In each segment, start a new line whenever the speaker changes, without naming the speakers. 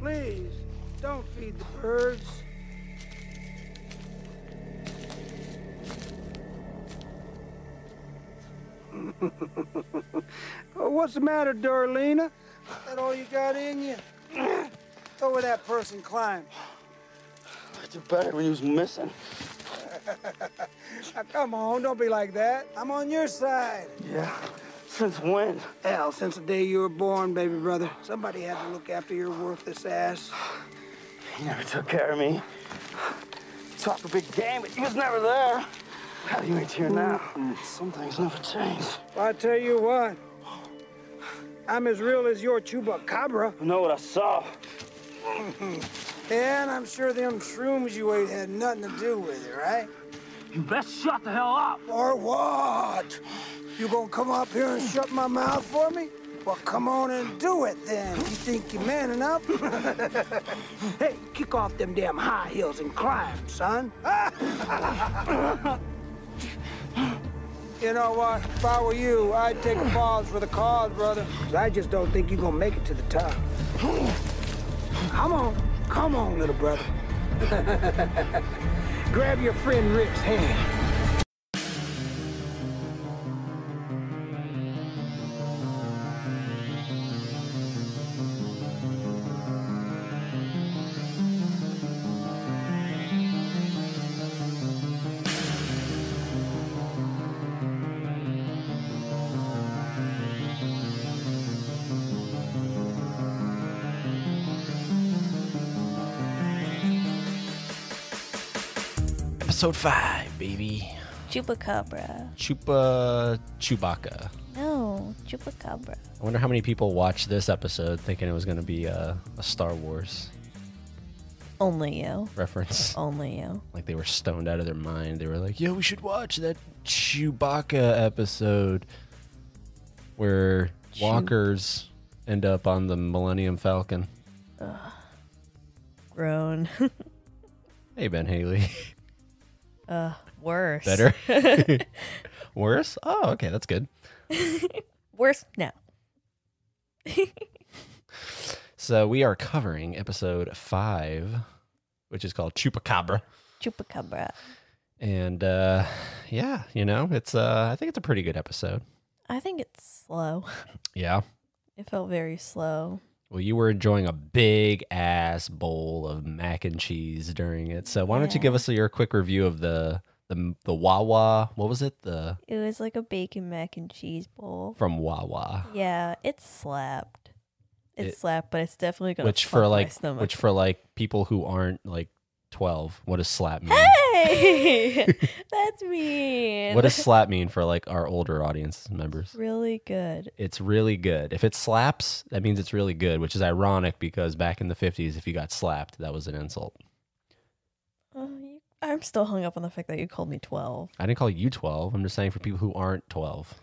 Please, don't feed the birds. Oh, What's the matter, Darlena? That all you got in you? Go where that person climbed.
I did better when you was missing.
Now, come on, don't be like that. I'm on your side.
Yeah. Since when?
Al, since the day you were born, baby brother, somebody had to look after your worthless ass.
He never took care of me. Talk a big game, but he was never there. How you ain't here now? Some things never change.
Well, I tell you what, I'm as real as your chupacabra,
You know what I saw?
and I'm sure them shrooms you ate had nothing to do with it, right?
You best shut the hell up.
Or what? You gonna come up here and shut my mouth for me? Well, come on and do it then. You think you're man enough? hey, kick off them damn high heels and climb, son. you know what? If I were you, I'd take a pause for the cause, brother. 'Cause I just don't think you're gonna make it to the top. Come on, come on, little brother. Grab your friend Rick's hand.
Episode 5, baby.
Chupacabra.
Chupa Chewbacca.
No, chupacabra.
I wonder how many people watched this episode thinking it was going to be uh, a Star Wars
Only you.
reference.
Only you.
Like they were stoned out of their mind. They were like, "Yo, we should watch that Chewbacca episode where walkers end up on the Millennium Falcon."
Grown.
Hey, Ben Haley.
Worse.
Better? Worse? Oh, okay, that's good.
Worse now.
So we are covering episode five, which is called Chupacabra.
Chupacabra.
And uh, yeah, you know, it's uh, I think it's a pretty good episode.
I think it's slow.
Yeah.
It felt very slow.
Well, you were enjoying a big ass bowl of mac and cheese during it. So why don't you give us your quick review of the the the Wawa? What was it? The
It was like a bacon mac and cheese bowl.
from Wawa,
Yeah, it slapped. It,
It-
slapped, but it's definitely gonna
which
fuck
for
my
like
stomach.
which for like people who aren't like twelve. What does slap mean?
hey, that's mean.
What does slap mean for like our older audience members?
really good?
It's really good. If it slaps, that means it's really good, which is ironic because back in the fifties, if you got slapped, that was an insult.
Oh, you, I'm still hung up on the fact that you called me twelve.
I didn't call you twelve. I'm just saying for people who aren't twelve.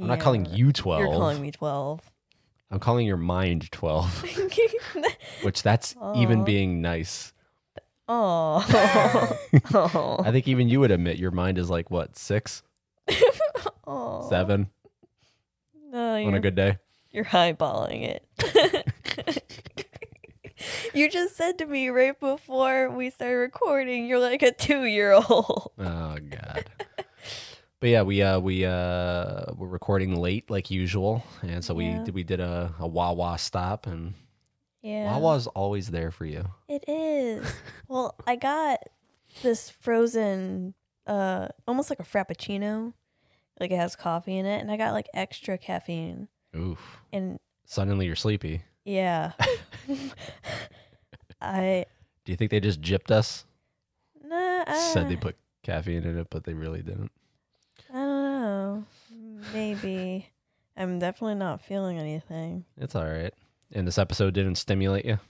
I'm not
Yeah,
calling you 12.
You're calling me twelve.
I'm calling your mind 12, which that's even
Aw.
being nice.
Oh.
I think even you would admit your mind is like what, six,
Oh.
seven
No,
on
you're,
a good day?
you're highballing it. you just said to me right before we started recording, you're like a two year old.
Oh god. but yeah, we uh we uh we're recording late like usual, and so
Yeah.
we did we did a, a Wawa stop, and
Yeah.
Wawa's always there for you.
It is. well, I got this frozen, uh, almost like a frappuccino. Like it has coffee in it, and I got like extra caffeine.
Oof!
And
Suddenly you're sleepy.
yeah, I
Do you think they just gypped us?
nah, uh, I,
Said they put caffeine in it, but they really didn't.
I don't know. Maybe I'm definitely not feeling anything.
It's all right. And this episode didn't stimulate you.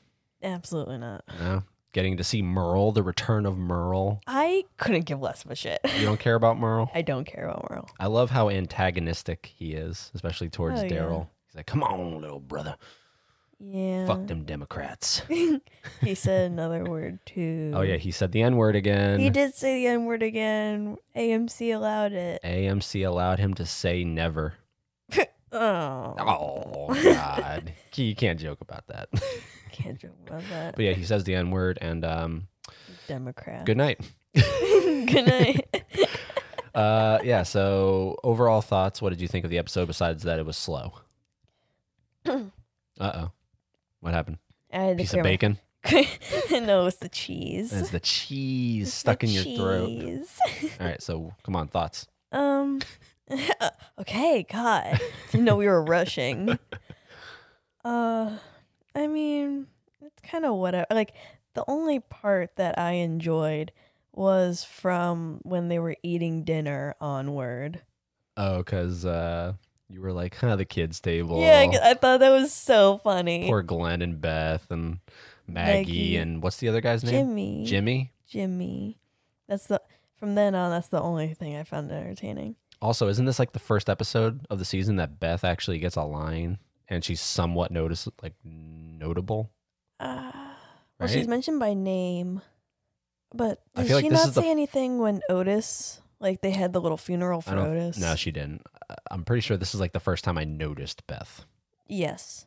Absolutely not.
No. Getting to see Merle, the return of Merle.
I couldn't give less of a shit.
You don't care about Merle?
I don't care about Merle.
I love how antagonistic he is, especially towards
Oh, yeah.
Daryl. He's like, come on, little brother.
Yeah.
Fuck them Democrats.
He said another word too.
oh, yeah. He said the N word again.
He did say the N word again. AMC allowed it.
AMC allowed him to say never.
Oh.
Oh, God. you can't joke about that.
Can't joke about that.
But yeah, he says the N word and um,
Democrat.
good night.
Good night.
Uh, yeah. So overall thoughts. What did you think of the episode? Besides that, it was slow. uh oh, what happened?
I had the
Piece of
camera-
bacon.
no, it's the cheese.
As the cheese stuck in your throat.
throat.
All right. So come on, thoughts.
um. okay. God, didn't know we were rushing. Uh, I mean, it's kind of whatever. Like the only part that I enjoyed was from when they were eating dinner onward.
Oh, because uh, you were like, huh, the kids' table.
Yeah, I- I thought that was so funny.
Poor Glenn and Beth and Maggie,
Maggie.
and what's the other guy's name?
Jimmy.
Jimmy.
Jimmy. That's the from then on. That's the only thing I found entertaining.
Also, isn't this like the first episode of the season that Beth actually gets a line and she's somewhat notice like notable?
Uh, well, she's
Right?
mentioned by name, but
I
did
feel like
she
this
not
is the
say
f-
anything when Otis? Like they had the little funeral for
I don't-
Otis.
No, she didn't. I- I'm pretty sure this is like the first time I noticed Beth,
yes.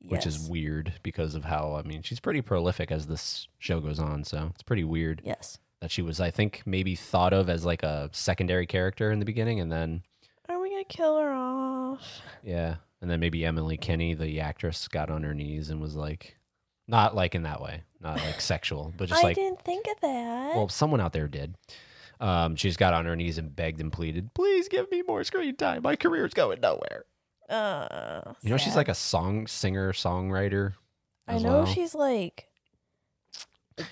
which is
Yes.
weird because of how I mean she's pretty prolific as this show goes on, so it's pretty weird
Yes.
that she was I think maybe thought of as like a secondary character in the beginning, and then
Are we gonna kill her off?
yeah, and then maybe Emily Kenny, the actress, got on her knees and was like, not like in that way, not like sexual, but just
I
like
didn't think of that.
Well, someone out there did. Um, she just got on her knees and begged and pleaded, "Please give me more screen time. My career's going nowhere."
uh,
You know, she's like a song singer, songwriter.
I
as
know
well.
she's like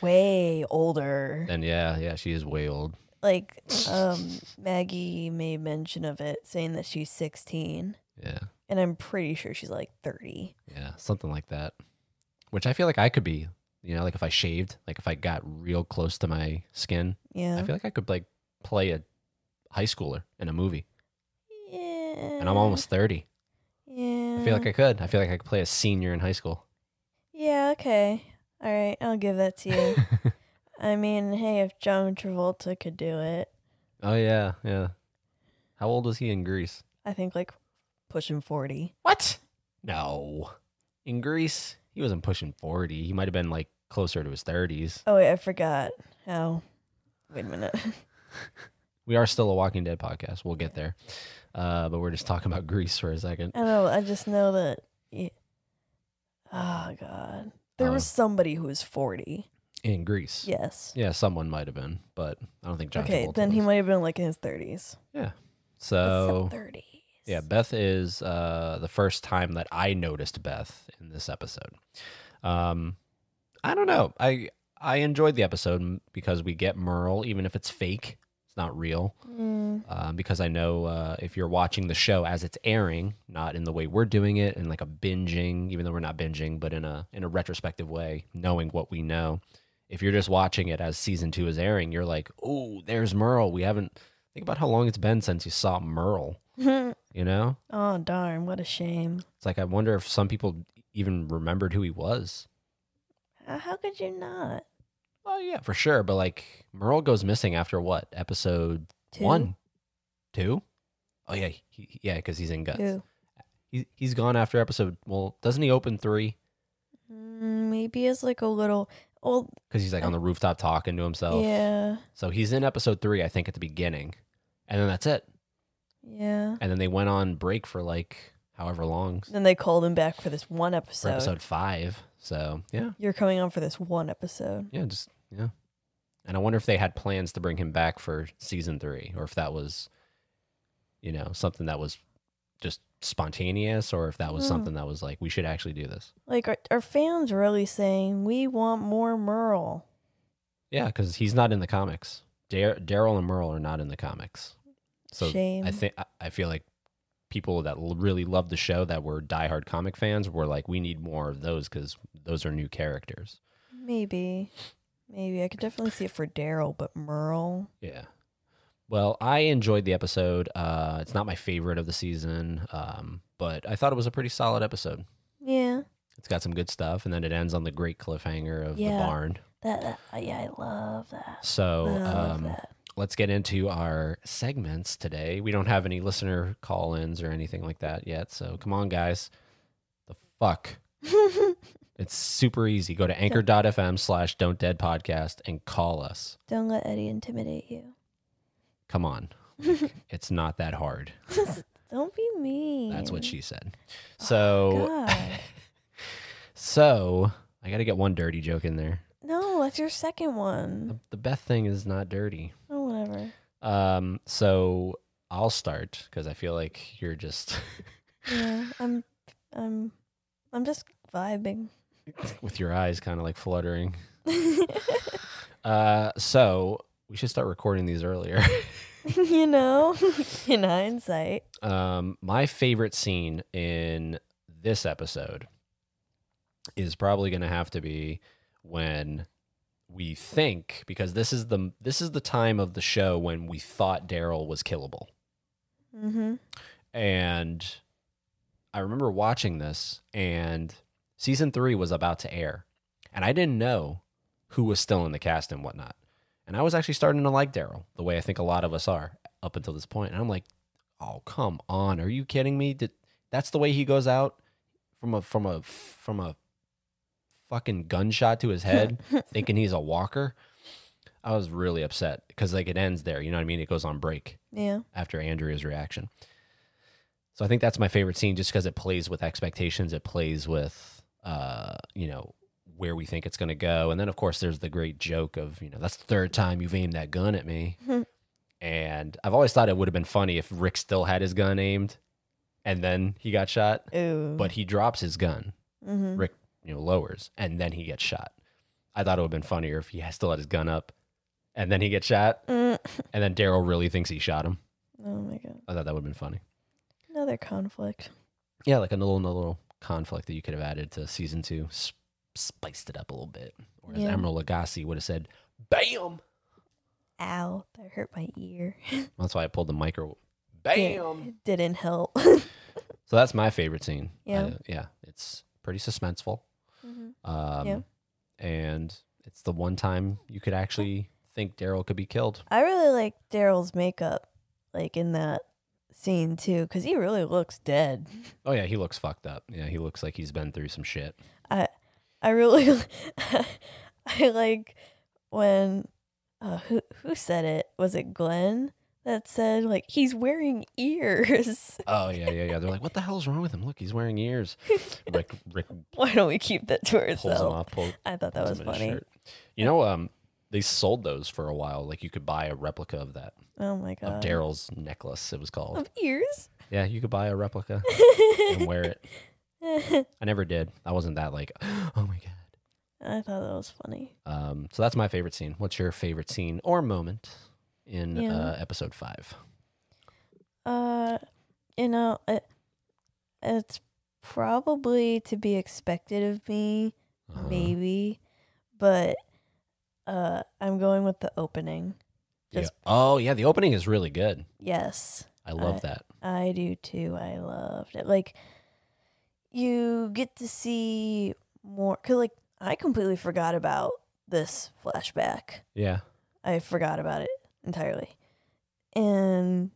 way older.
And yeah, yeah, she is way old.
Like um, Maggie made mention of it, saying that she's sixteen,
Yeah,
and I'm pretty sure she's like thirty.
yeah, something like that. Which I feel like I could be. You know, like if I shaved, like if I got real close to my skin,
Yeah.
I feel like I could like play a high schooler in a movie.
yeah.
And I'm almost thirty.
Yeah.
I feel like I could. I feel like I could play a senior in high school.
Yeah, okay. All right, I'll give that to you. I mean, hey, if John Travolta could do it,
oh yeah, yeah. How old was he in Greece?
I think like pushing 40.
What? No. In Greece, he wasn't pushing 40. He might have been like closer to his 30s.
Oh, wait, I forgot how. Wait a minute.
We are still a Walking Dead podcast. We'll get there. Uh, but we're just talking about Greece for a second.
I don't know. I just know that. y Oh, God. There
Oh.
was somebody who was 40.
In Greece.
Yes.
Yeah, someone might have been, but I don't think John
okay,
Travolta
then he
was.
might have been like in his 30s.
So,
30s.
yeah, Beth is uh, the first time that I noticed Beth in this episode. Um, I don't know. I I enjoyed the episode because we get Merle, even if it's fake. It's not real.
Mm,
um, because I know uh, if you're watching the show as it's airing, not in the way we're doing it, in like a binging, even though we're not binging, but in a in a retrospective way, knowing what we know. If you're just watching it as season two is airing, you're like, oh, there's Merle. We haven't think about how long it's been since you saw Merle. You know,
oh, darn. What a shame.
it's like I wonder if some people even remembered who he was.
How- How could you not?
Oh yeah, for sure. But like Merle goes missing after what episode
Two?
one, two? Oh yeah, he- he, yeah, because he's in guts.
Two.
He, he's gone after episode. Well, doesn't he open three?
Mm, Maybe it's like a little. Well,
Because he's like on the rooftop talking to himself.
yeah,
So he's in episode three, I think, at the beginning, and then that's it.
yeah.
And then they went on break for like however long
Then they called him back for this one
for
episode.
episode five. So yeah,
You're coming on for this one episode.
yeah, just yeah. And I wonder if they had plans to bring him back for season three, or if that was, you know, something that was just spontaneous, or if that was
Hmm.
something that was like we should actually do this.
Like, are, are fans really saying we want more Merle?
Yeah, because he's not in the comics. Dar- Daryl and Merle are not in the comics. So
Shame.
I think I feel like people that l- really loved the show that were diehard comic fans were like, we need more of those because those are new characters.
Maybe, maybe I could definitely see it for Daryl, but Merle.
Yeah. Well, I enjoyed the episode. Uh, it's not my favorite of the season, um, but I thought it was a pretty solid episode.
Yeah,
It's got some good stuff, and then it ends on the great cliffhanger of the
Yeah.
barn.
that. that uh, yeah, I love that.
So
love
um,
that.
let's get into our segments today. We don't have any listener call ins or anything like that yet. So come on, guys. The fuck? It's super easy. Go to anchor.fm slash don't dead podcast and call us.
Don't let Eddie intimidate you.
Come on. it's not that hard.
Don't be mean.
That's what she said. So,
God.
so I got to get one dirty joke in there.
No, that's your second one.
The, the Beth thing is not dirty.
Oh, whatever.
Um, so I'll start because I feel like you're just
Yeah, I'm, I'm, I'm just vibing.
with your eyes kind of like fluttering. Uh, so we should start recording these earlier.
you know, in hindsight.
Um, my favorite scene in this episode is probably going to have to be when we think because this is the this is the time of the show when we thought Daryl was killable.
Mm-hmm.
And I remember watching this and season 3 was about to air and I didn't know who was still in the cast and whatnot. And I was actually starting to like Daryl the way I think a lot of us are up until this point. And I'm like, oh come on, are you kidding me? Did, that's the way he goes out from a from a from a fucking gunshot to his head, thinking he's a walker. I was really upset because like it ends there. You know what I mean? It goes on break
Yeah.
after Andrea's reaction. So I think that's my favorite scene just because it plays with expectations, it plays with uh, you know, where we think it's gonna go. And then of course there's the great joke of, you know, that's the third time you've aimed that gun at me. and I've always thought it would have been funny if Rick still had his gun aimed and then he got shot.
Ooh.
But he drops his gun.
Mhm.
Rick, you know, lowers and then he gets shot. I thought it would have been funnier if he still had his gun up and then he gets shot
Mm.
and then Daryl really thinks he shot him.
Oh my god.
I thought that would have been funny.
Another conflict.
Yeah, like a little, another little conflict that you could have added to season two, sp- spiced it up a little bit. Or as
Yeah.
Emerald Lagasse would have said, "Bam!"
Ow, that hurt my ear.
That's why I pulled the micro. Bam!
It didn't help.
So that's my favorite scene.
Yeah.
I- yeah, it's pretty suspenseful.
Mhm.
Um,
Yeah.
and it's the one time you could actually think Daryl could be killed.
I really like Daryl's makeup, like in that scene too, because he really looks dead.
Oh yeah, he looks fucked up. Yeah, he looks like he's been through some shit.
I I really I like when uh, who who said it? Was it Glenn that said like he's wearing ears?
Oh yeah, yeah, yeah. They're like, "What the hell's wrong with him? Look, he's wearing ears." Rick, Rick
Why don't we keep that to
pulls him
ourselves?
off, pull,
I thought that
Pulls
was
him in his
funny.
shirt. You know, um, they sold those for a while. Like you could buy a replica of that
Oh my
of
god.
Daryl's necklace. It was called.
Of ears?
Yeah, you could buy a replica and wear it.
I
I never did. I wasn't that like, oh my god.
thought that was funny.
Um, so that's my favorite scene. What's your favorite scene or moment in
Yeah.
uh, episode five?
Uh, you know, it, it's probably to be expected of me,
Uh-huh.
maybe, but uh, I'm going with the opening.
Yeah.
just-
Oh yeah, the opening is really good.
Yes,
I love
I-
that.
I do too. I loved it. Like, you get to see more. Cause like I completely forgot about this flashback.
Yeah.
I forgot about it entirely. And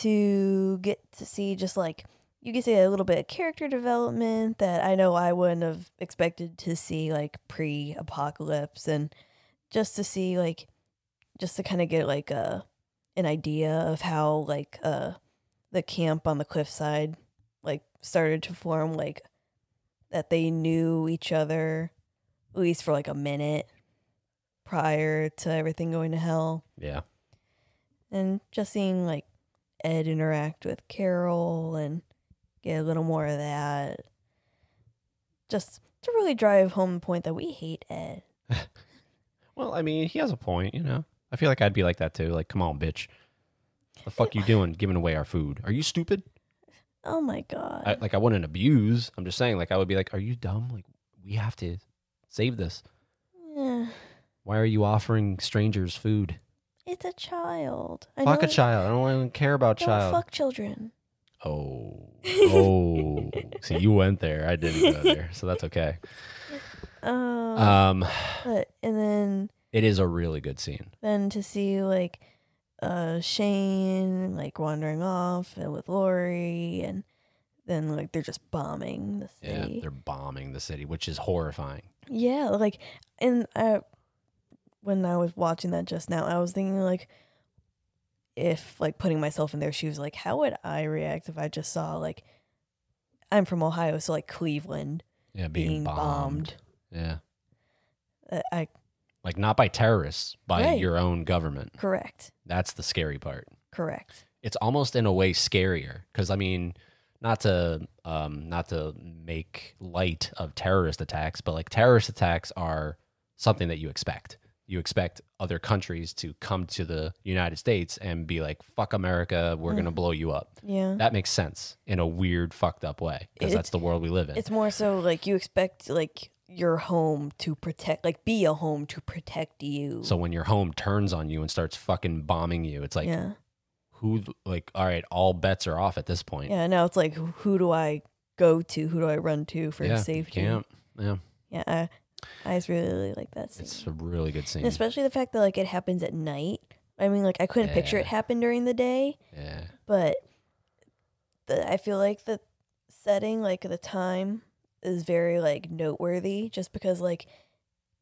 to get to see just like you get to get a little bit of character development that I know I wouldn't have expected to see like pre apocalypse and just to see like just to kind of get like a an idea of how like uh the camp on the cliffside like started to form like that they knew each other at least for like a minute prior to everything going to hell
Yeah.
and just seeing like Ed interact with Carol and get a little more of that just to really drive home the point that we hate Ed.
Well, I mean, he has a point. You know, I feel like I'd be like that too. Like, come on, bitch. The fuck you doing? Giving away our food? Are you stupid?
Oh my god.
I, like I wouldn't abuse. I'm just saying, like I would be like, "Are you dumb? Like we have to save this.
Yeah.
Why are you offering strangers food?
It's a child. I
fuck
know
a
you-
child. I don't even care about
Don't
child.
fuck children.
Oh, oh. See, you went there. I didn't go there, so that's okay.
Um,
Um,
but and then
it is a really good scene.
then to see like uh Shane like wandering off and with Lori and then like they're just bombing the
Yeah,
city.
they're bombing the city, which is horrifying.
Yeah, like, and I, when I was watching that just now, I was thinking like, if like putting myself in their shoes, like how would I react if I just saw like, I'm from Ohio, so like Cleveland
Yeah,
being,
being,
bombed.
Yeah,
Uh, I
like not by terrorists, by
Right.
your own government.
correct,
That's the scary part.
correct.
It's almost in a way scarier because I mean, not to um, not to make light of terrorist attacks, but like terrorist attacks are something that you expect. You expect other countries to come to the United States and be like, "Fuck America, we're
Mm.
gonna blow you up."
Yeah,
That makes sense in a weird, fucked up way because
Mm-hmm. It-
that's the world we live in.
it's more so like you expect like your home to protect, like be a home to protect you.
So when your home turns on you and starts fucking bombing you, it's like
yeah,
who like all right, all bets are off at this point.
yeah. Now it's like who, who do I go to? Who do I run to for
Yeah, you
safety?
can't- Yeah.
Yeah, I, I just really like that scene.
It's a really good scene.
And especially the fact that like it happens at night. I mean, like I couldn't picture it
Yeah.
happen during the day,
yeah.
but the, I feel like the setting, like the time, is very like noteworthy. Just because like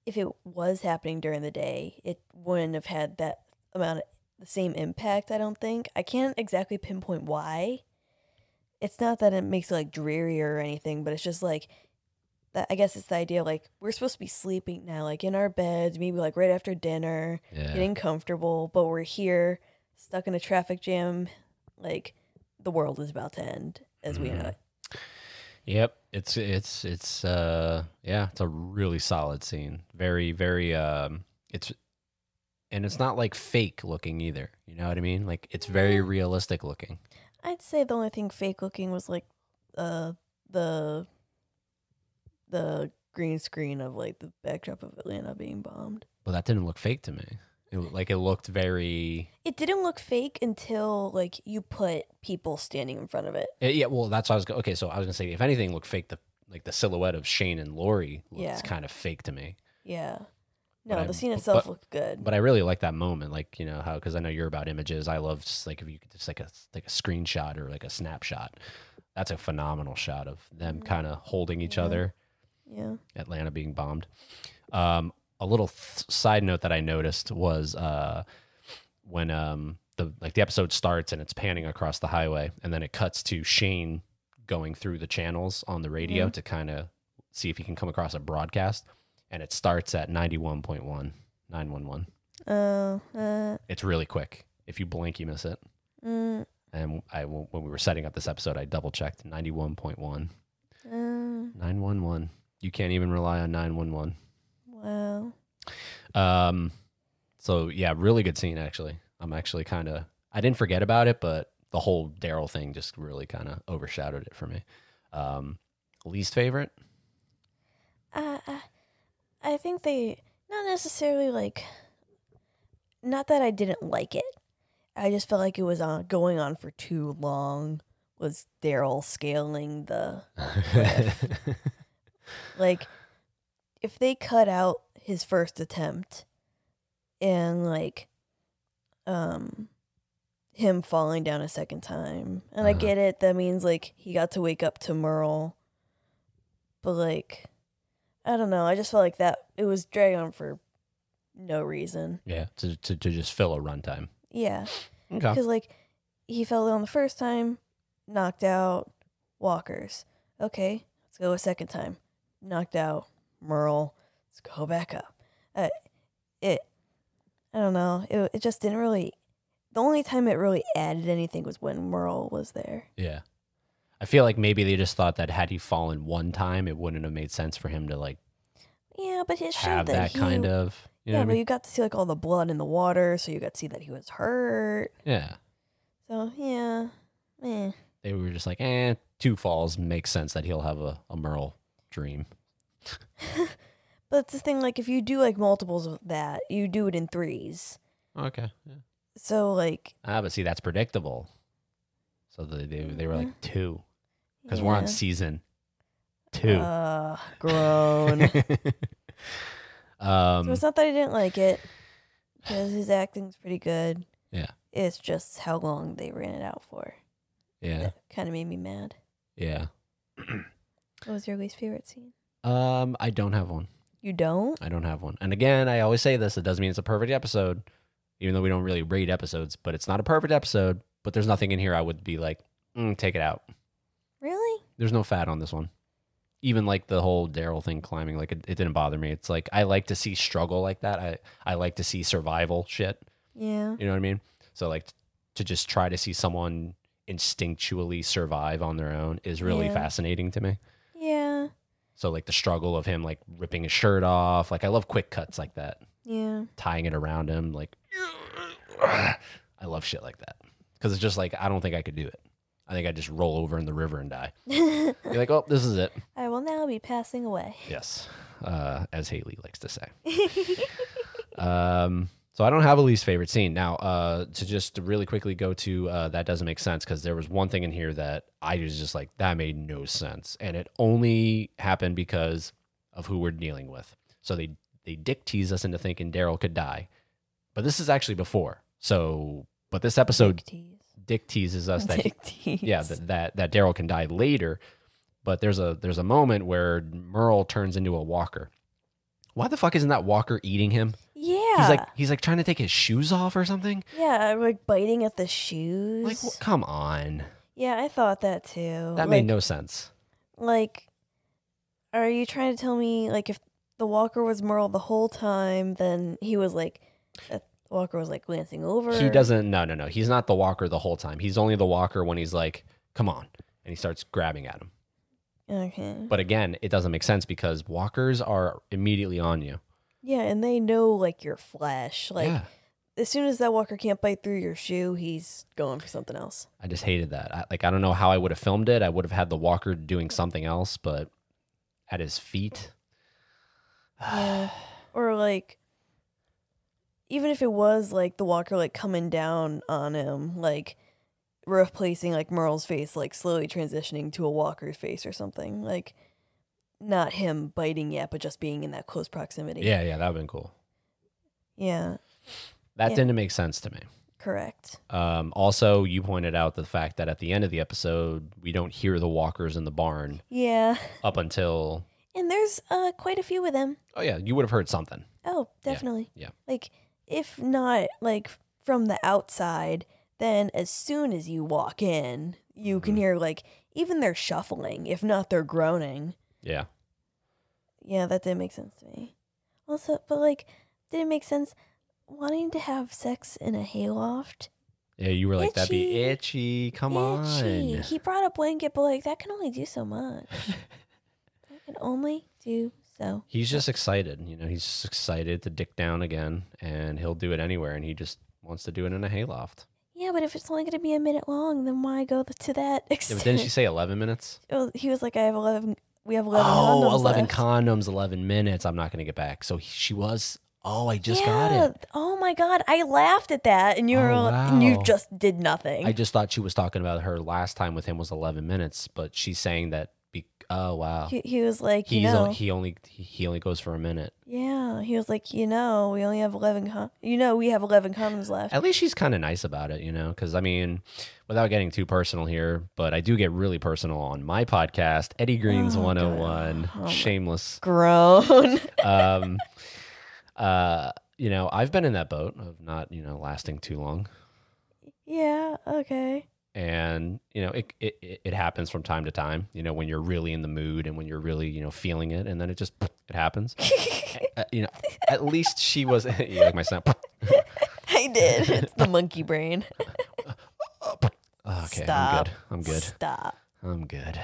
if it was happening during the day, it wouldn't have had that amount of the same impact. I don't think. I can't exactly pinpoint why. It's not that it makes it like dreary or anything, but it's just like that. I guess it's the idea like we're supposed to be sleeping now, like in our beds, maybe like right after dinner
Yeah.
getting comfortable, but we're here stuck in a traffic jam. Like the world is about to end as we
Mm-hmm.
know it.
Yep. It's it's it's uh yeah, it's a really solid scene. Very very um it's and it's not like fake looking either. You know what I mean? Like it's very realistic looking.
I'd say the only thing fake looking was like uh the the green screen of like the backdrop of Atlanta being bombed.
But that didn't look fake to me. It, like it looked very
It didn't look fake until like you put people standing in front of it.
Eh, yeah, well, that's what I was. go- Okay, so I was gonna say, if anything looked fake, the like the silhouette of Shane and Lori looks
Yeah.
kind of fake to me.
Yeah.
But
No,
I-
the scene
but-
itself
but-
looked good.
But I really like that moment, like you know how because I know you're about images. I love just like if you could just like a like a screenshot or like a snapshot. That's a phenomenal shot of them kind of holding each other.
yeah.
Atlanta being bombed. Um, a little th- side note that I noticed was uh, when um, the like the episode starts and it's panning across the highway, and then it cuts to Shane going through the channels on the radio to kind of see if he can come across a broadcast, and it starts at 91.1, 911.
Uh, uh
It's really quick. If you blink, you miss it.
mm,
And I when we were setting up this episode, I double checked 91.1,
uh,
911. You can't even rely on 911.
wow.
Um, so yeah, really good scene actually. I'm actually kind of I didn't forget about it, but the whole Daryl thing just really kind of overshadowed it for me. Um, least favorite?
Uh, I- I think they not necessarily like. Not that I didn't like it, I just felt like it was on going on for too long. Was Daryl scaling the like? If they cut out his first attempt, and like, um, him falling down a second time, and I
Uh-huh.
get it. That means like he got to wake up to Merle, but like. I don't know. I just felt like that it was dragged on for no reason.
yeah, to, to to just fill a runtime.
Yeah,
Okay.
because like he fell down the first time, knocked out walkers. Okay, let's go a second time, knocked out Merle. Let's go back up. Uh, it, I don't know. It it just didn't really. The only time it really added anything was when Merle was there.
Yeah. I feel like maybe they just thought that had he fallen one time, it wouldn't have made sense for him to like
Yeah, but it showed
have that
he,
kind of. You know
yeah,
what I
but
mean?
you got to see like all the blood in the water, so you got to see that he was hurt.
yeah.
So yeah, eh.
They were just like, eh, two falls makes sense that he'll have a, a Merle dream.
But it's the thing, like if you do like multiples of that, you do it in threes.
Okay. Yeah.
So like
Ah, but see, that's predictable. So they they, they were like two because we're
Mm-hmm. yeah.
on season two.
Uh, grown. so
um,
it's not that I didn't like it, because his acting's pretty good.
Yeah.
It's just how long they ran it out for.
yeah,
That kind of made me mad.
Yeah.
What was your least favorite scene?
Um, I don't have one.
You don't?
I don't have one. And again, I always say this. It doesn't mean it's a perfect episode, even though we don't really rate episodes. But it's not a perfect episode. But there's nothing in here I would be like, mm, take it out.
Really?
There's no fat on this one. Even like the whole Daryl thing climbing, like it, it didn't bother me. It's like I like to see struggle like that. I I like to see survival shit.
Yeah.
You know what I mean? So like to just try to see someone instinctually survive on their own is really
Yeah.
fascinating to me.
Yeah.
So like the struggle of him like ripping his shirt off. Like I love quick cuts like that.
Yeah.
Tying it around him like I love shit like that. Cuz it's just like I don't think I could do it. I think I would just roll over in the river and die. You're like, "Oh, this is it."
I will now be passing away.
Yes. Uh, as Haley likes to say. Um, so I don't have a least favorite scene. Now, uh, to just really quickly go to uh, that doesn't make sense because there was one thing in here that I was just like, that made no sense. And it only happened because of who we're dealing with. So they, they dick tease us into thinking Daryl could die. But this is actually before. So, but this episode
Dick tease.
dick teases us that he
Dick tease.
yeah that that, that daryl can die later but there's a there's a moment where merle turns into a walker why the fuck isn't that walker eating him
yeah.
he's like he's like trying to take his shoes off or something
yeah, I'm, like biting at the
like
shoes.
wh- come on
yeah, I thought that too.
that made
Like-
no sense
Like, are you trying to tell me like if the walker was Merle the whole time, then he was like, uh, the walker was like glancing over.
he doesn't no no no he's not the walker the whole time he's only the walker when he's like come on and he starts grabbing at him
Okay.
but again it doesn't make sense because walkers are immediately on you
Yeah, and they know like your flesh. Like
yeah
as soon as that walker can't bite through your shoe, he's going for something else.
I just hated that. I, like I don't know how I would have filmed it. I would have had the walker doing something else, but at his feet.
Yeah. or like even if it was like the walker like coming down on him, like replacing like Merle's face, like slowly transitioning to a walker's face or something. Like not him biting yet, but just being in that close proximity.
Yeah, yeah, that would have been cool.
Yeah,
That
Yeah.
didn't make sense to me.
correct.
Um, also, you pointed out the fact that at the end of the episode, we don't hear the walkers in the barn
Yeah.
up until
And there's uh quite a few of them.
oh yeah, you would have heard something.
Oh,
Yeah,
definitely.
yeah.
Like, if not like from the outside, then as soon as you walk in, you can
Mhm.
hear like even their shuffling, if not their groaning.
Yeah,
Yeah, that didn't make sense to me. Also, but like, did it make sense wanting to have sex in a hayloft?
yeah, you were like that'd be itchy. Come
Itchy.
on.
He brought a blanket, but like that can only do so much. that can only do so.
He's just excited, you know. He's just excited to dick down again, and he'll do it anywhere. And he just wants to do it in a hayloft.
Yeah, but if it's only going to be a minute long, then why go th- to that
Yeah,
extent?
but didn't she say eleven minutes?
Well, he was like, I have 11. We have 11
Oh,
condoms
11
left.
condoms, 11 minutes. I'm not going to get back. So he- she was. Oh, I just
Yeah.
got it.
Oh my God. I laughed at that. And you
Oh,
were, all- and you
wow.
just did nothing.
I just thought she was talking about her last time with him was 11 minutes, but she's saying that. Be- oh, wow.
he, he was like, you
He's
know.
on, he only he only goes for a minute.
yeah. He was like, you know, we only have 11 con- You know, we have 11 condoms left.
At least she's kind of nice about it, you know, because I mean, without getting too personal here, but I do get really personal on my podcast, Eddie Green's
Oh, God.
101,
Oh, my-
shameless.
Grown.
Um, uh, you know, I've been in that boat of not, you know, lasting too long.
yeah. Okay.
and you know it, it it it happens from time to time you know when you're really in the mood and when you're really you know feeling it and then it just it happens Uh, you know at least she was you like my son
I did. It's the monkey brain.
okay
Stop.
i'm good
Stop.
i'm good i'm good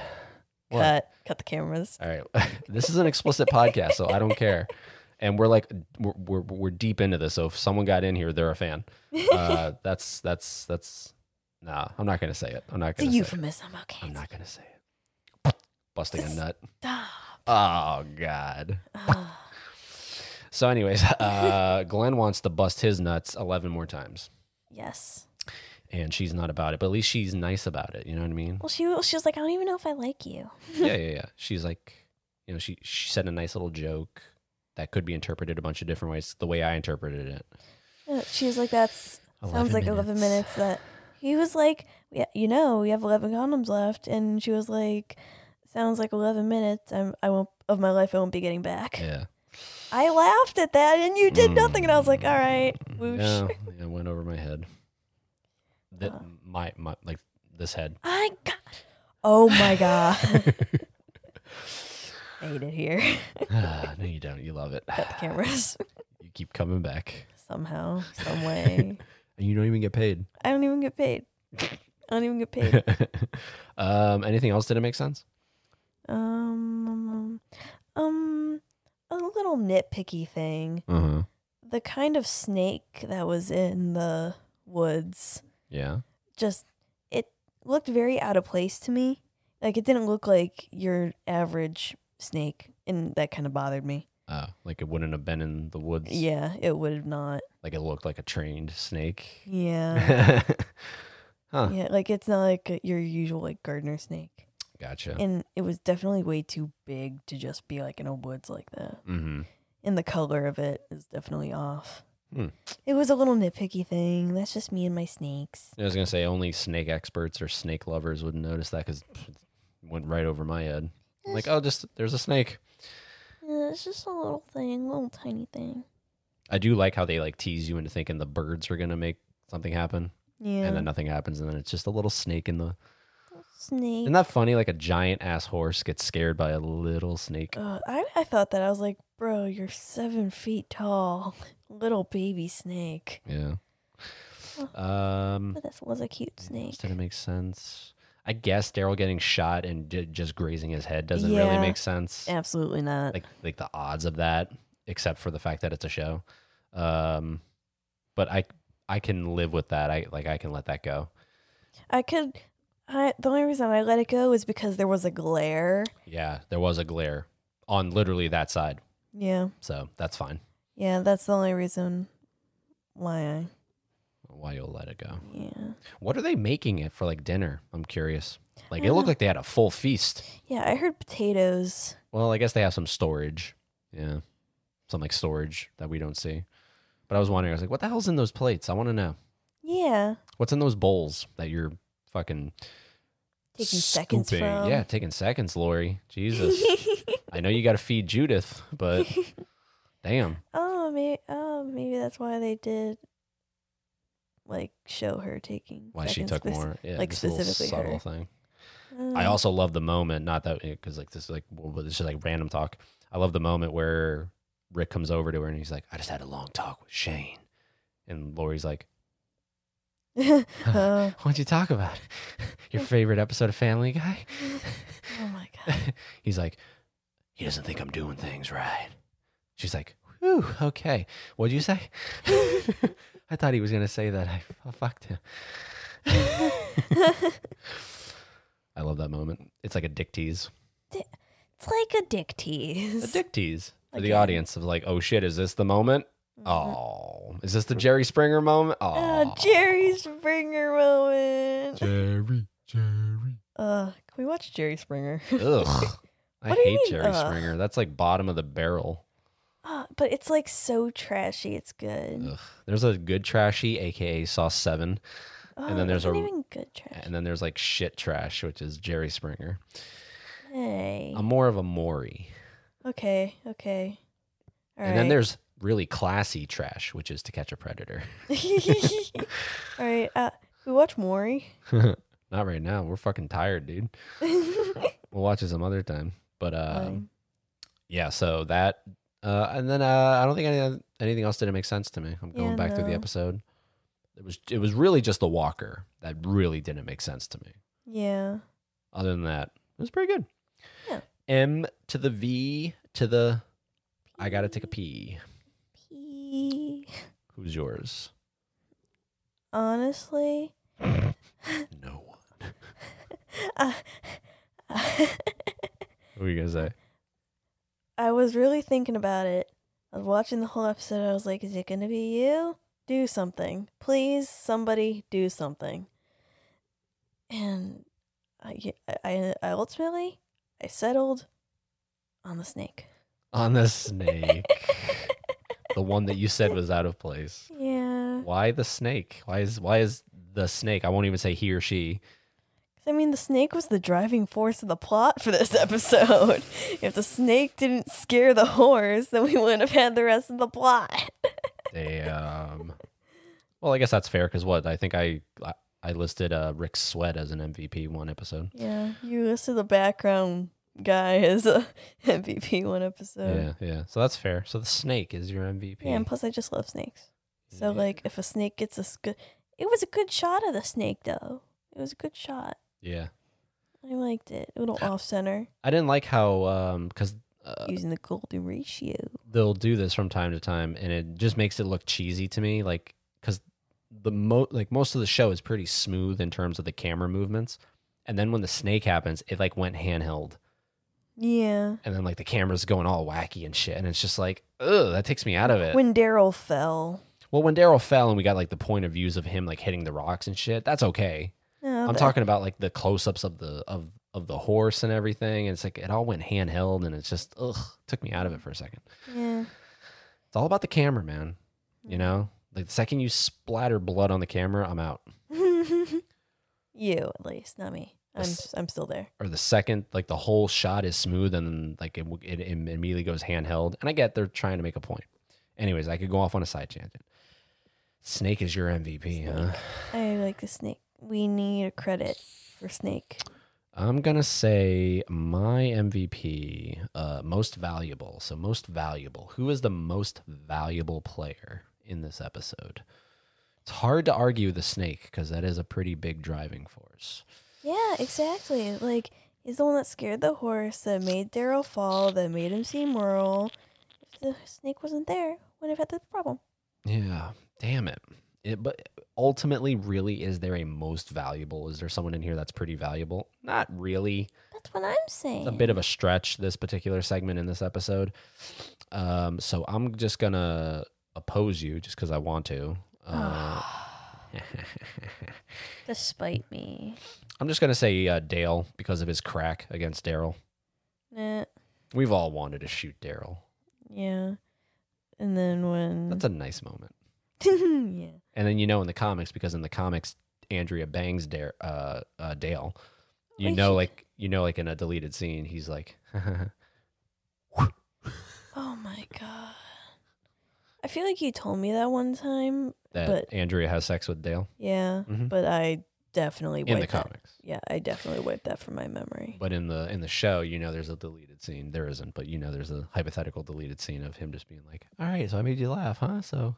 What?
Cut. Cut the cameras.
all right this is an explicit podcast so i don't care and we're like we're, we're we're deep into this so if someone got in here they're a fan uh that's that's that's nah i'm not gonna say it i'm not
It's a
gonna say it.
euphemism. Okay.
i'm not gonna say it busting a nut
Stop.
oh god
Ah.
So, anyways, uh, Glenn wants to bust his nuts 11 more times.
yes.
And she's not about it, but at least she's nice about it. You know what I mean?
Well, she, she was like, I don't even know if I like you.
yeah, yeah, yeah. She's like, you know, she, she said a nice little joke that could be interpreted a bunch of
Uh,
different ways, the way I interpreted it.
Yeah, She was like, that's sounds like 11 minutes that He was like, yeah, you know, we have 11 condoms left. And she was like, sounds like 11 minutes. I'm, I won't, of my life, I won't be getting back.
Yeah.
I laughed at that and you did nothing. And I was like, all right, whoosh.
Mm, Yeah, it went over my head. That
Uh.
my my like this head.
I got, oh my God. I hate it here
Ah, no, you don't. You love it.
at the cameras
You keep coming back,
somehow, some way.
and you don't even get paid.
I don't even get paid. I don't even get paid.
um, anything else didn't make sense?
Um, um, a little nitpicky thing.
Uh-huh.
The kind of snake that was in the woods
Yeah.
just it looked very out of place to me. Like it didn't look like your average snake, and that kind of bothered me.
Oh, like it wouldn't have been in the woods.
Yeah, it would have not.
Like it looked like a trained snake.
Yeah,
huh.
yeah, like it's not like your usual like gardener snake,
Gotcha.
and it was definitely way too big to just be like in a woods like that.
mm-hmm.
and the color of it is definitely off.
Hmm.
It was a little nitpicky thing. That's just me and my snakes.
I was gonna say only snake experts or snake lovers would notice that because it went right over my head. I'm like, oh, just there's a snake.
Yeah, Uh, it's just a little thing, little tiny thing.
I do like how they like tease you into thinking the birds are gonna make something happen,
Yeah,
and then nothing happens, and then it's just a little snake in the.
snake.
Isn't that funny? Like a giant ass horse gets scared by a little snake.
Uh, I I thought that I was like, bro, you're seven feet tall, little baby snake.
Yeah. Um.
But this was a cute snake.
Doesn't make sense. I guess Daryl getting shot and j- just grazing his head doesn't really
Yeah.
make sense.
Absolutely not.
Like like the odds of that, except for the fact that it's a show. Um, but I I can live with that. I like I can let that go.
I could. I the only reason I let it go is because there was a glare.
Yeah, there was a glare on literally that side,
Yeah,
so that's fine.
yeah. That's the only reason why I.
Why you'll let it go?
Yeah.
What are they making it for like dinner? I'm curious. Like it looked
Uh.
like they had a full feast.
Yeah, I heard potatoes.
Well, I guess they have some storage. Yeah. Some like storage that we don't see. But I was wondering, I was like, what the hell's in those plates? I want to know.
Yeah.
What's in those bowls that you're fucking
Taking seconds
scooping?
from.
Yeah, taking seconds, Lori. Jesus. I know you got to feed Judith, but damn.
oh, maybe, oh, maybe that's why they did like show her taking.
Why she
seconds Oh.
took
spec-
more. Yeah,
like,
just a little
specifically her. Mm.
subtle thing. I also love the moment, not that because like this is like well, but this is like random talk. I love the moment where Rick comes over to her and he's like, "I just had a long talk with Shane," and Lori's like,
oh,
"What'd you talk about? Your favorite episode of Family Guy?"
oh my god.
he's like, "He doesn't think I'm doing things right." She's like, "Whew, okay. What'd you say?" I thought he was gonna say that I, I fucked him. I love that moment. It's like a dick tease.
It's like a dick
a
tease.
dick tease for the
Again. Mm-hmm.
audience of like, oh shit, is this the moment? Oh, is this the Jerry Springer moment? Oh,
Oh, Jerry Springer moment.
Jerry, Jerry.
Uh, can we watch Jerry Springer?
Ugh, I
What do you
hate
mean,
Jerry
ugh?
Springer. That's like bottom of the barrel.
Uh, but it's like so trashy. It's good.
Ugh. There's a good trashy, aka Saw Seven,
Oh,
then there's
isn't
a-
even good trash.
and then there's like shit trash, which is Jerry Springer.
hey.
I'm more of a Maury,
okay. Okay. All
and then
right.
there's really classy trash, which is To Catch a Predator.
All right. Uh, we watch Maury.
Not right now. We're fucking tired, dude.
Fine.
We'll watch it some other time. But um, yeah so that uh and then uh i don't think any, anything else didn't make sense to me i'm going
Yeah,
back through the
no.
episode it was it was really just the walker that really didn't make sense to me
yeah.
other than that it was pretty good
Yeah.
m to the v to the i gotta take a p
Pee.
who's yours
Honestly,
no one
uh,
what are you gonna say
I was really thinking about it. I was watching the whole episode. I was like, is it going to be you? Do something. Please, somebody do something. And I, I, I ultimately, I settled on the snake.
on the snake the one that you said was out of place
Yeah.
why the snake why is why is the snake. I won't even say he or she.
I mean, the snake was the driving force of the plot for this episode. if the snake didn't scare the horse, then we wouldn't have had the rest of the plot.
Damn. well, I guess that's fair because what I think I I- I listed uh, Rick Sweat as an MVP one episode.
Yeah, you listed the background guy as a MVP one episode.
Yeah, yeah. So that's fair. So the snake is your MVP.
Yeah, and plus I just love snakes. So
Yeah.
like, if a snake gets a good, it was a good shot of the snake though. It was a good shot.
Yeah.
I liked it. A little off center
I didn't like how um because
using the golden ratio.
they'll do this from time to time, and it just makes it look cheesy to me. Like because the mo like most of the show is pretty smooth in terms of the camera movements, and then when the snake happens, it like went handheld,
Yeah.
and then like the camera's going all wacky and shit, and it's just like ugh, that takes me out of it.
When Daryl fell.
well, when Daryl fell and we got like the point of views of him like hitting the rocks and shit, that's okay.
Yeah,
I'm
Oh, but-
talking about like the close-ups of the of of the horse and everything. And it's like it all went handheld, and it's just ugh, took me out of it for a second.
Yeah.
It's all about the camera, man. You know, like the second you splatter blood on the camera, I'm out.
you at least, not me. I'm
Yes.
I'm still there.
Or the second like the whole shot is smooth, and then like it, it, it immediately goes handheld. And I get they're trying to make a point. Anyways, I could go off on a side tangent. Snake is your MVP, huh?
I like the snake. We need a credit for snake.
I'm gonna say my MVP, uh, most valuable. So most valuable. Who is the most valuable player in this episode? It's hard to argue with the snake because that is a pretty big driving force.
Yeah, exactly. Like he's the one that scared the horse, that made Daryl fall, that made him see Merle. If the snake wasn't there, wouldn't have had this problem.
Yeah, damn it. it. But ultimately, really, is there a most valuable? Is there someone in here that's pretty valuable? Not really.
That's what I'm saying.
It's a bit of a stretch this particular segment in this episode. Um, so I'm just gonna oppose you just because I want to. Uh,
despite me.
I'm just gonna say uh, Dale because of his crack against Daryl.
Nah,
We've all wanted to shoot Daryl.
yeah. And then when
That's a nice moment.
yeah.
And then you know in the comics because in the comics Andrea bangs Dar- uh, uh, Dale. You
Wait,
know,
she-
like you know, like in a deleted scene, he's like,
Oh my god. I feel like you told me that one time.
that
But-
Andrea has sex with Dale
Yeah,
Mhm.
but I definitely
in the
wiped that-
comics.
Yeah, I definitely wiped that from my memory.
But in the in the show, you know, there's a deleted scene. There isn't, but you know, there's a hypothetical deleted scene of him just being like, "All right, so I made you laugh, huh? So,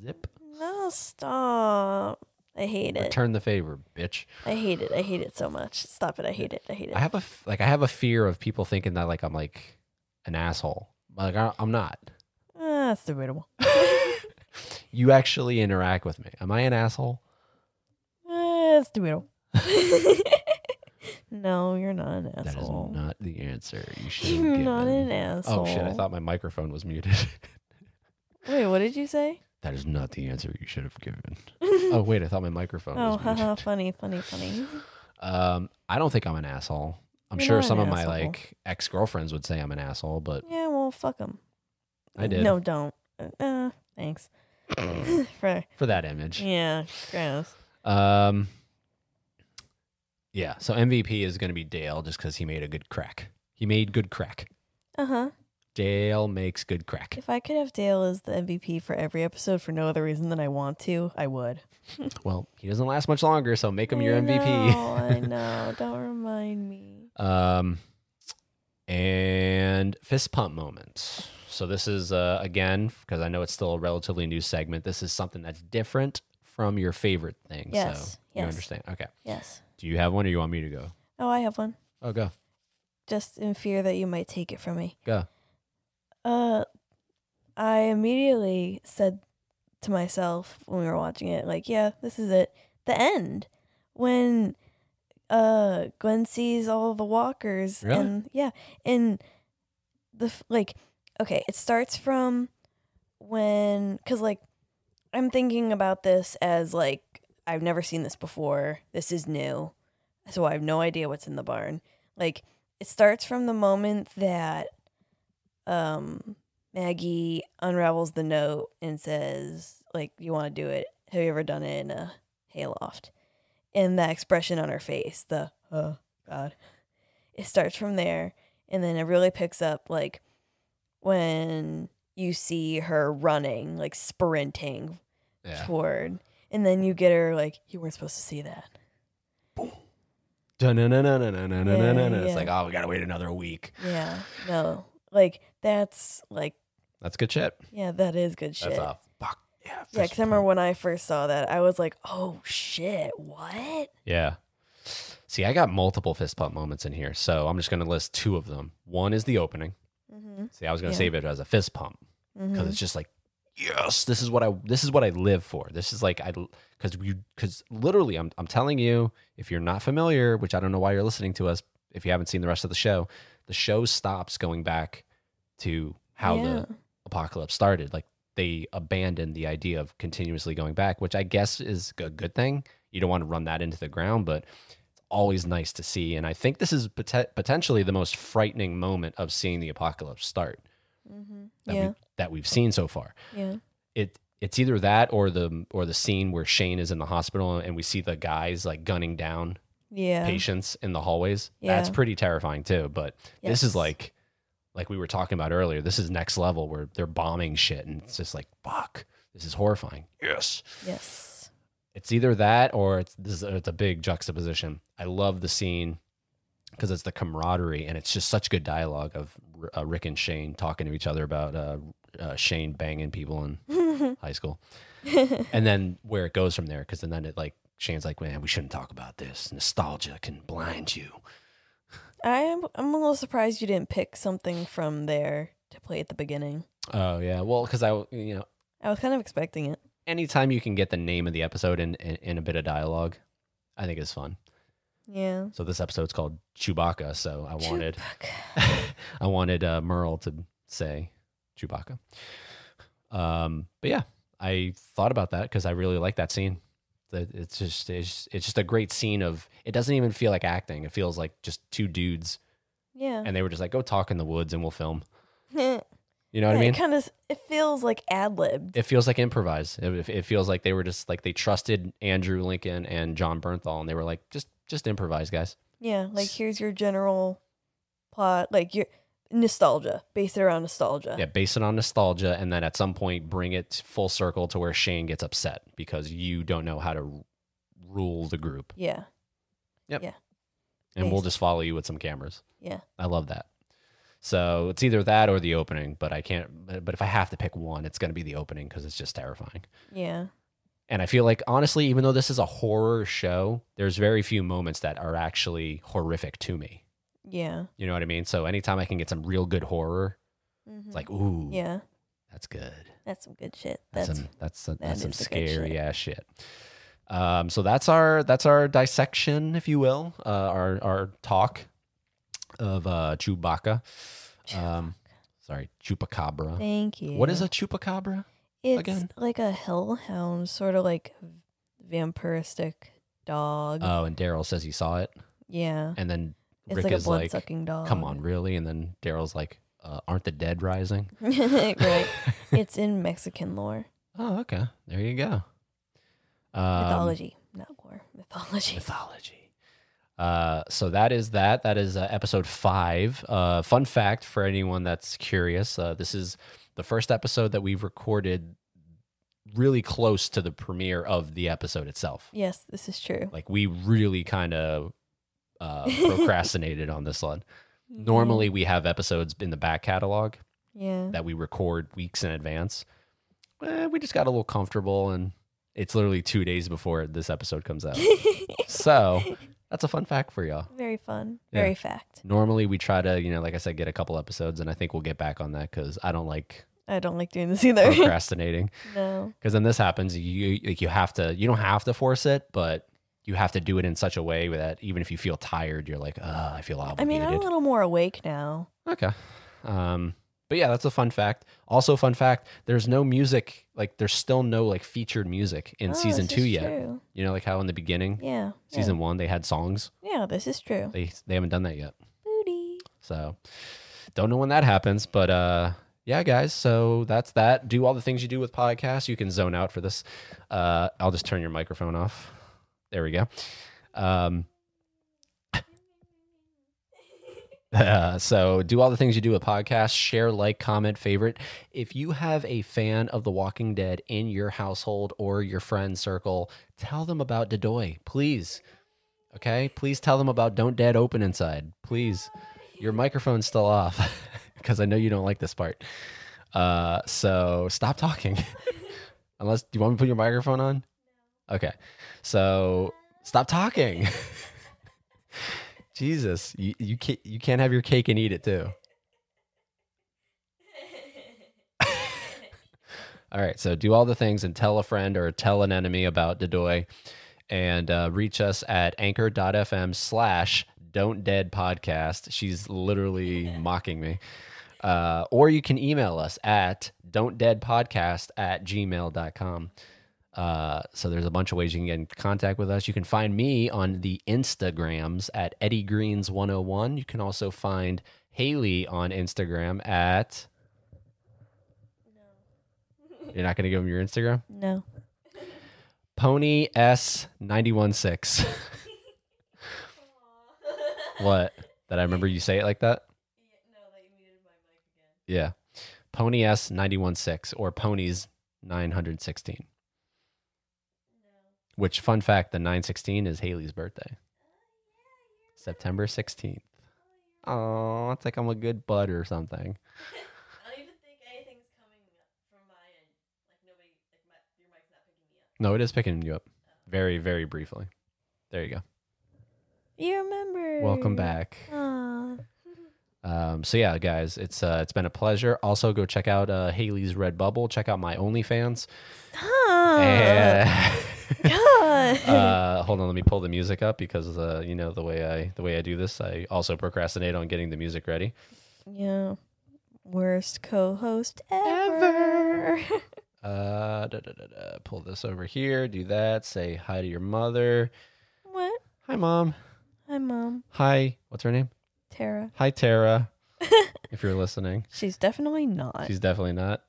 zip,
No, stop. I hate it.
return the favor, bitch."
I hate it. I hate it so much. Stop it. I hate it. I hate it.
I have a f- like I have a fear of people thinking that like I'm like an asshole. Like I, I'm not.
Ah, that's debatable. Ah,
You actually interact with me. Am I an asshole?
Ah, That's debatable. no, you're not an
That is
asshole.
not the answer. You should.
you're not an asshole.
Oh shit! I thought my microphone was muted.
Wait, what did you say?
that is not the answer you should have given. oh wait, I thought my microphone
Oh,
was muted.
haha, funny, funny, funny.
Um, I don't think I'm an asshole. I'm
You're
sure
not an
some of my
asshole.
like ex girlfriends would say I'm an asshole, but
Yeah, well, fuck them.
I did
No, don't. Uh, Uh, thanks. For
for that image.
yeah, gross.
Um, yeah. So MVP is going to be Dale just because he made a good crack. He made good crack.
Uh huh.
Dale makes good crack.
If I could have Dale as the MVP for every episode for no other reason than I want to, I would.
Well, he doesn't last much longer, so make him your
I
MVP.
know, I know. Don't remind me.
Um, and fist pump moments. So this is uh, again because I know it's still a relatively new segment. This is something that's different from your favorite thing.
Yes,
so you
yes.
understand. Okay.
Yes.
Do you have one, or you want me to go?
Oh, I have one.
Oh, go,
Just in fear that you might take it from me.
go.
Uh, I immediately said to myself when we were watching it, like, yeah, this is it. The end. When uh Gwen sees all the walkers
Really?
and yeah, and the f- like okay, it starts from when cuz like I'm thinking about this as like I've never seen this before. This is new. So I have no idea what's in the barn. Like it starts from the moment that um Maggie unravels the note and says, like, you want to do it. Have you ever done it in a Hayloft. And that expression on her face, the oh god. It starts from there and then it really picks up like when you see her running, like sprinting
Yeah.
toward and then you get her like, You weren't supposed to see that.
Dun-dun-dun-dun-dun-dun-dun-dun.
Yeah,
It's
yeah.
like, oh, we gotta wait another week.
Yeah. No. Like that's like
That's good shit.
yeah, that is good shit.
That's off. Fuck. Yeah.
Yeah,
fist
because I remember
pump.
when I first saw that, I was like, "Oh shit, what?"
Yeah. See, I got multiple fist pump moments in here, so I'm just gonna list two of them. One is the opening.
Mm-hmm.
See, I was gonna
Yeah.
save it as a fist pump
Mm-hmm.
because it's just like, yes, this is what I this is what I live for. This is like I because you because literally, I'm I'm telling you, if you're not familiar, which I don't know why you're listening to us, if you haven't seen the rest of the show, the show stops going back to how the apocalypse started. Like they abandoned the idea of continuously going back, which I guess is a good thing. You don't want to run that into the ground, but it's always nice to see. And I think this is pot- potentially the most frightening moment of seeing the apocalypse start
hmm
that,
yeah,
we, that we've seen so far.
yeah,
It it's either that or the or the scene where Shane is in the hospital and we see the guys like gunning down
yeah,
patients in the hallways. That's
Yeah.
pretty terrifying too. But this
Yes.
is like, like we were talking about earlier, this is next level where they're bombing shit and it's just like, fuck, this is horrifying. Yes.
yes,
It's either that or it's, this is, it's a big juxtaposition. I love the scene because it's the camaraderie and it's just such good dialogue of R- uh, Rick and Shane talking to each other about uh, uh, Shane banging people in high school. and then where it goes from there, because then it like, Shane's like, man, we shouldn't talk about this. Nostalgia can blind you.
I'm I'm a little surprised you didn't pick something from there to play at the beginning.
Oh yeah, well, because I you know
I was kind of expecting it.
anytime you can get the name of the episode in, in in a bit of dialogue, I think is fun.
Yeah,
So this episode's called Chewbacca, so I wanted
Chewbacca.
I wanted uh, Merle to say Chewbacca. Um, but yeah, I thought about that because I really like that scene. That it's just it's, it's just a great scene of it doesn't even feel like acting. It feels like just two dudes
yeah.
and they were just like go talk in the woods and we'll film.
yeah,
You know what I mean?
it kind of it feels like ad libbed.
it feels like improvised. It, it feels like they were just like they trusted Andrew Lincoln and John Bernthal, and they were like, just just improvise, guys.
Yeah, like
s-
here's your general plot, like your nostalgia, base it around nostalgia.
Yeah, base it on nostalgia, and then at some point bring it full circle to where Shane gets upset because you don't know how to rule the group,
Yeah,
and we'll
Based.
just follow you with some cameras.
yeah.
I love that. So it's either that or the opening, but I can't. But but if I have to pick one, it's going to be the opening because it's just terrifying.
yeah.
And I feel like honestly, even though this is a horror show, there's very few moments that are actually horrific to me.
Yeah.
You know what I mean? So anytime I can get some real good horror,
Mhm.
it's like, ooh,
yeah,
that's good.
that's some good shit.
That's
That's
some, that's some,
that
that's some
is the good
scary
shit.
ass shit. Um, so that's our that's our dissection, if you will, uh, our our talk of uh, Chewbacca. Um, sorry, chupacabra.
thank you.
What is a chupacabra?
It's
again?
like a hellhound, sort of like vampiristic dog.
Oh, and Daryl says he saw it,
yeah,
and then
Mm-hmm.
Rick
it's like a
is like,
blood-sucking dog.
"Come on, really?" And then Daryl's like, uh, "Aren't the dead rising?"
right? It's in Mexican lore,
Oh, okay. There you go. Um,
mythology, not lore, mythology.
mythology. Uh, so that is that. That is uh, episode five. Uh, fun fact for anyone that's curious: uh, this is the first episode that we've recorded really close to the premiere of the episode itself.
yes, this is true.
Like we really kind of uh, procrastinated on this one.
Mm-hmm.
Normally, we have episodes in the back catalog
yeah,
that we record weeks in advance. Eh, we just got a little comfortable, and it's literally two days before this episode comes out. so that's a fun fact for y'all.
very fun,
Yeah.
very fact.
Normally, we try to, you know, like I said, get a couple episodes, and I think we'll get back on that because I don't like
I don't like doing this either.
procrastinating.
no,
Because then this happens, you like you have to, you don't have to force it, but you have to do it in such a way that even if you feel tired, you're like, Ugh, I feel
I mean
obligated.
I'm a little more awake now.
Okay. Um, but yeah, that's a fun fact. Also, fun fact: there's no music. Like, there's still no like featured music in
Oh,
season
this
two
is
yet.
true.
You know, like how in the beginning,
Yeah,
season one, they had songs.
yeah. yeah, this is true.
They they haven't done that yet.
Booty.
So, don't know when that happens. But uh, yeah, guys. So that's that. Do all the things you do with podcasts. You can zone out for this. Uh, I'll just turn your microphone off. There we go. Um, uh, so do all the things you do with podcasts share like comment favorite if you have a fan of the walking dead in your household or your friend circle tell them about dedoy please okay please tell them about don't dead open inside please your microphone's still off because i know you don't like this part uh, so stop talking unless do you want me to put your microphone on okay so stop talking Jesus, you, you can't you can't have your cake and eat it too. all right, so do all the things and tell a friend or tell an enemy about Dedoy, and uh, reach us at anchor.fm slash don't dead podcast. She's literally mocking me. Uh, or you can email us at don't dead podcast at gmail.com. Uh, so there's a bunch of ways you can get in contact with us. You can find me on the Instagrams at Eddie Greens 101. You can also find Haley on Instagram at. You're not going to give him your Instagram?
No.
Pony S916. what? That I remember you say it like that? Yeah. Pony S916 or Ponies 916. Which, fun fact, the 916 is Haley's birthday. September 16th. Oh, it's like I'm a good bud or something.
I don't even think anything's coming from my end. Like nobody, like my, your mic's not picking me up.
No, it is picking you up very, very briefly. There you go.
You remember.
Welcome back.
Aw.
Um, so yeah, guys, it's uh, it's been a pleasure. Also, go check out uh, Haley's Red Bubble. Check out my OnlyFans.
Stop.
And-
God.
uh, hold on, let me pull the music up because uh, you know the way I the way I do this, I also procrastinate on getting the music ready.
yeah. Worst co-host ever.
Uh, da, da, da, da. Pull this over here. Do that. Say hi to your mother.
what?
Hi, mom.
Hi, mom.
Hi. What's her name?
Tara.
Hi, Tara. if you're listening,
She's definitely not.
she's definitely not,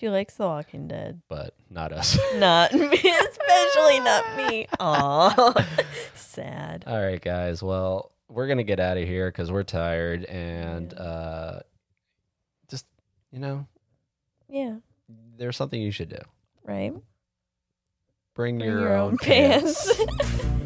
she likes The Walking Dead.
but not us.
Not me, especially not me. Aw, sad.
All right, guys. Well, we're gonna get out of here because we're tired and uh, just you know,
Yeah,
there's something you should do.
right.
Bring,
Bring your own pants.